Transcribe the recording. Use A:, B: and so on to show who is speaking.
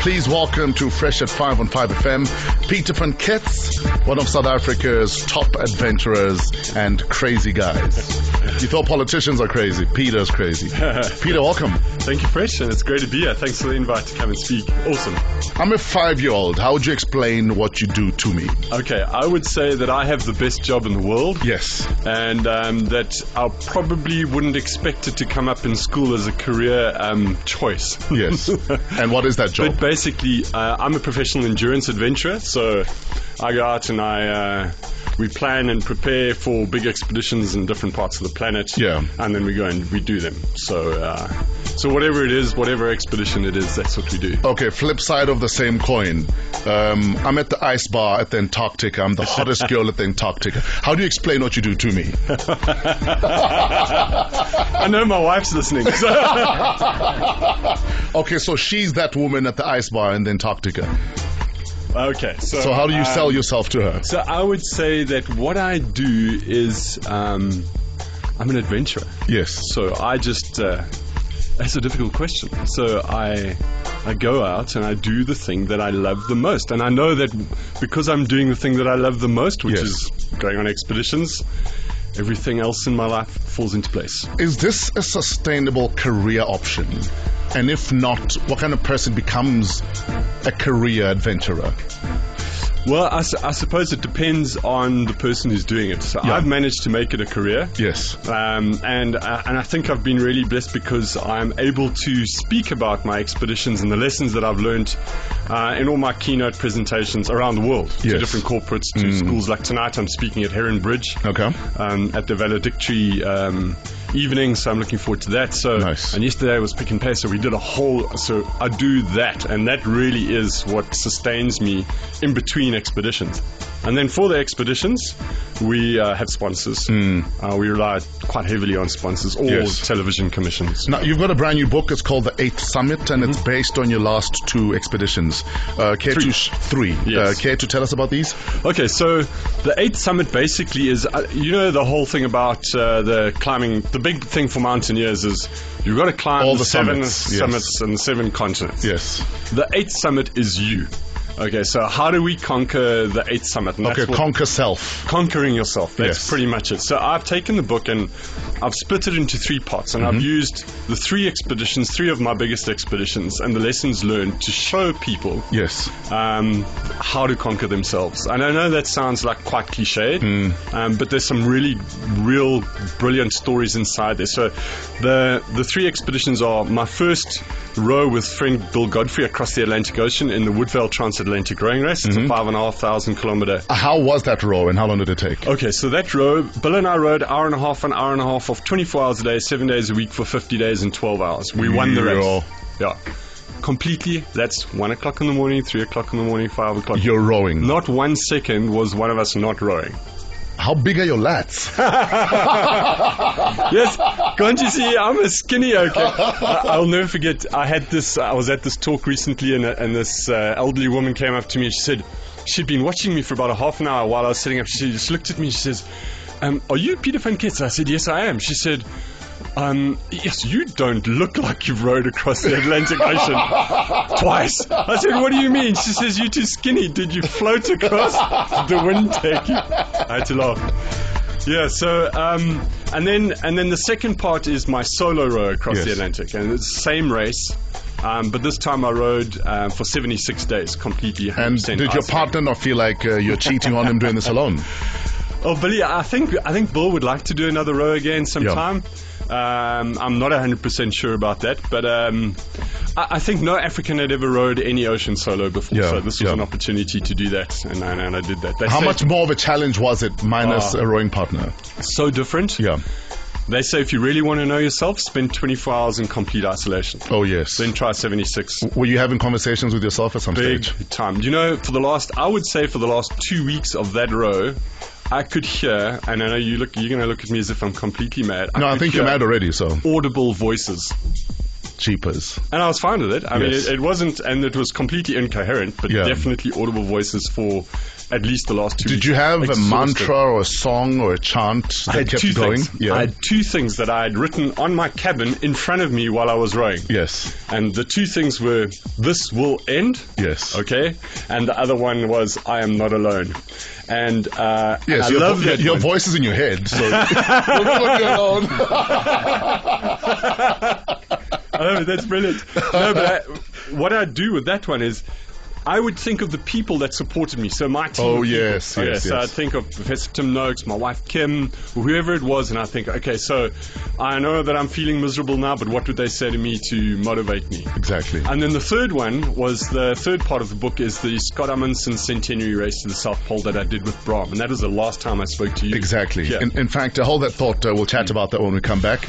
A: please welcome to Fresh at 5 on 5 FM, Peter Van Ketz, one of South Africa's top adventurers and crazy guys. You thought politicians are crazy. Peter's crazy. Peter, welcome.
B: Thank you, Fresh, and it's great to be here. Thanks for the invite to come and speak. Awesome.
A: I'm a five year old. How would you explain what you do to me?
B: Okay, I would say that I have the best job in the world,
A: Yes.
B: and um, that I probably wouldn't expect it to come up in school as a career um, choice.
A: Yes. and what is that job?
B: But basically, uh, I'm a professional endurance adventurer, so I go out and I uh, we plan and prepare for big expeditions in different parts of the planet.
A: Yeah.
B: and then we go and we do them. So, uh, so whatever it is, whatever expedition it is, that's what we do.
A: Okay, flip side of the same coin. Um, I'm at the ice bar at the Antarctic. I'm the hottest girl at the Antarctic. How do you explain what you do to me?
B: I know my wife's listening. So.
A: Okay, so she's that woman at the ice bar in the Antarctica.
B: okay, so
A: So how do you
B: um,
A: sell yourself to her?
B: So I would say that what I do is um, I'm an adventurer.
A: Yes.
B: So I just uh, that's a difficult question. So I I go out and I do the thing that I love the most, and I know that because I'm doing the thing that I love the most, which
A: Yes.
B: is going on expeditions, everything else in my life falls into place.
A: Is this a sustainable career option? And if not, what kind of person becomes a career adventurer?
B: Well, I, su- I suppose it depends on the person who's doing it. So
A: Yeah.
B: I've managed to make it a career.
A: Yes.
B: Um, and uh, and I think I've been really blessed because I'm able to speak about my expeditions and the lessons that I've learned uh, in all my keynote presentations around the world
A: Yes. Mm.
B: to different corporates, to schools. Like tonight, I'm speaking at Heron Bridge
A: Okay.
B: um, at the valedictory um, evening, so I'm looking forward to that. So
A: Nice.
B: and yesterday was pick and pay, so we did a whole. So I do that, and that really is what sustains me in between expeditions. And then for the expeditions, we uh, have sponsors. Uh, we rely quite heavily on sponsors or
A: Hmm. Yes.
B: television commissions.
A: Now, you've got a brand new book. It's called The Eighth Summit, and it's based on your last two expeditions. Uh, care to
B: Three.
A: sh- Mm-hmm. three.
B: Yes.
A: Uh, care to tell us about these?
B: Okay, so the eighth summit basically is, uh, you know, the whole thing about uh, the climbing. The big thing for mountaineers is you've got to climb
A: All the
B: seven
A: summits, yes.
B: summits and seven continents.
A: Yes.
B: The eighth summit is you. Okay, so how do we conquer the eighth summit? And that's
A: Okay,
B: what-
A: conquer self.
B: conquering yourself. That's
A: Yes.
B: pretty much it. So I've taken the book and I've split it into three parts, and I've
A: Mm-hmm.
B: used the three expeditions, three of my biggest expeditions, and the lessons learned to show people
A: Yes.
B: um, how to conquer themselves. And I know that sounds like quite cliched, um, but there's some really real brilliant stories inside there. So the the three expeditions are my first row with friend Bill Godfrey across the Atlantic Ocean in the Woodvale Transatlantic Rowing Race. It's a five and a half thousand kilometer
A: How was that row, and how long did it take?
B: Okay, so that road, Bill and I rode hour and a half, an hour and a half off 24 hours a day, seven days a week for 50 days and 12 hours. We won the
A: Yeah.
B: race. Yeah. Completely. That's one o'clock in the morning, three o'clock in the morning, five o'clock.
A: You're rowing.
B: Not one second was one of us not rowing.
A: How big are your lats?
B: yes, can't you see? I'm a skinny. Okay, I- I'll never forget. I had this. I was at this talk recently, and, and this uh, elderly woman came up to me. She said she'd been watching me for about a half an hour while I was sitting up. She just looked at me. She says, um, "Are you Peter Van Kitz?" I said, "Yes, I am." She said. Um, yes, you don't look like you've rowed across the Atlantic Ocean twice. I said, What do you mean? She says, You're too skinny. Did you float across? Did the wind take you? I had to laugh. Yeah. So, um, and then and then the second part is my solo row across
A: Yes.
B: the Atlantic, and it's the same race, um, but this time I rowed um, for 76 days completely. 100%
A: And did your
B: isolated.
A: partner not feel like uh, you're cheating on him doing this alone?
B: Oh, Billy, I think I think Bill would like to do another row again sometime. Um, I'm not 100% sure about that, but um, I, I think no African had ever rowed any ocean solo before,
A: Yeah,
B: so this was
A: yeah.
B: an opportunity to do that, and, I- and I did that. They
A: How
B: say
A: much more of a challenge was it, minus
B: Ah.
A: a rowing partner?
B: it's So different.
A: Yeah.
B: They say if you really want to know yourself, spend 24 hours in complete isolation.
A: Oh, yes.
B: Then try 76.
A: Were you having conversations with yourself at some
B: Big
A: stage?
B: time. You know, for the last, I would say for the last two weeks of that row, I could hear, and I know you look, you're going to look at me as if I'm completely mad.
A: No, I
B: could
A: think you're
B: hear
A: mad already, so.
B: Audible voices.
A: Cheapers.
B: And I was fine with it. I mean,
A: Yes.
B: it, it wasn't, and it was completely incoherent, but
A: Yeah.
B: definitely audible voices for at least the last two.
A: Did
B: weeks.
A: you have a
B: Exhausted.
A: mantra or a song or a chant that
B: I had
A: kept
B: two
A: going?
B: things. I had two things that I had written on my cabin in front of me while I was rowing.
A: yes.
B: And the two things were, this will end.
A: Yes.
B: Okay. And the other one was, I am not alone. And, uh, and
A: Yes,
B: I
A: your,
B: love
A: vo-
B: that.
A: your
B: one.
A: voice is in your head. So You're not alone.
B: I know, Oh, that's brilliant. No, but I, what I do with that one is I would think of the people that supported me. So my team.
A: Oh,
B: of people.
A: yes,
B: Okay,
A: yes,
B: So
A: yes.
B: I think of Professor Tim Noakes, my wife Kim, whoever it was, and I think, okay, so I know that I'm feeling miserable now, but what would they say to me to motivate me?
A: exactly.
B: And then the third one was the third part of the book is the Scott Amundsen Centenary Race to the South Pole that I did with Brahm, and that was the last time I spoke to you.
A: Exactly.
B: Yeah.
A: In, in fact, uh, hold that thought. Uh, we'll chat about that when we come back.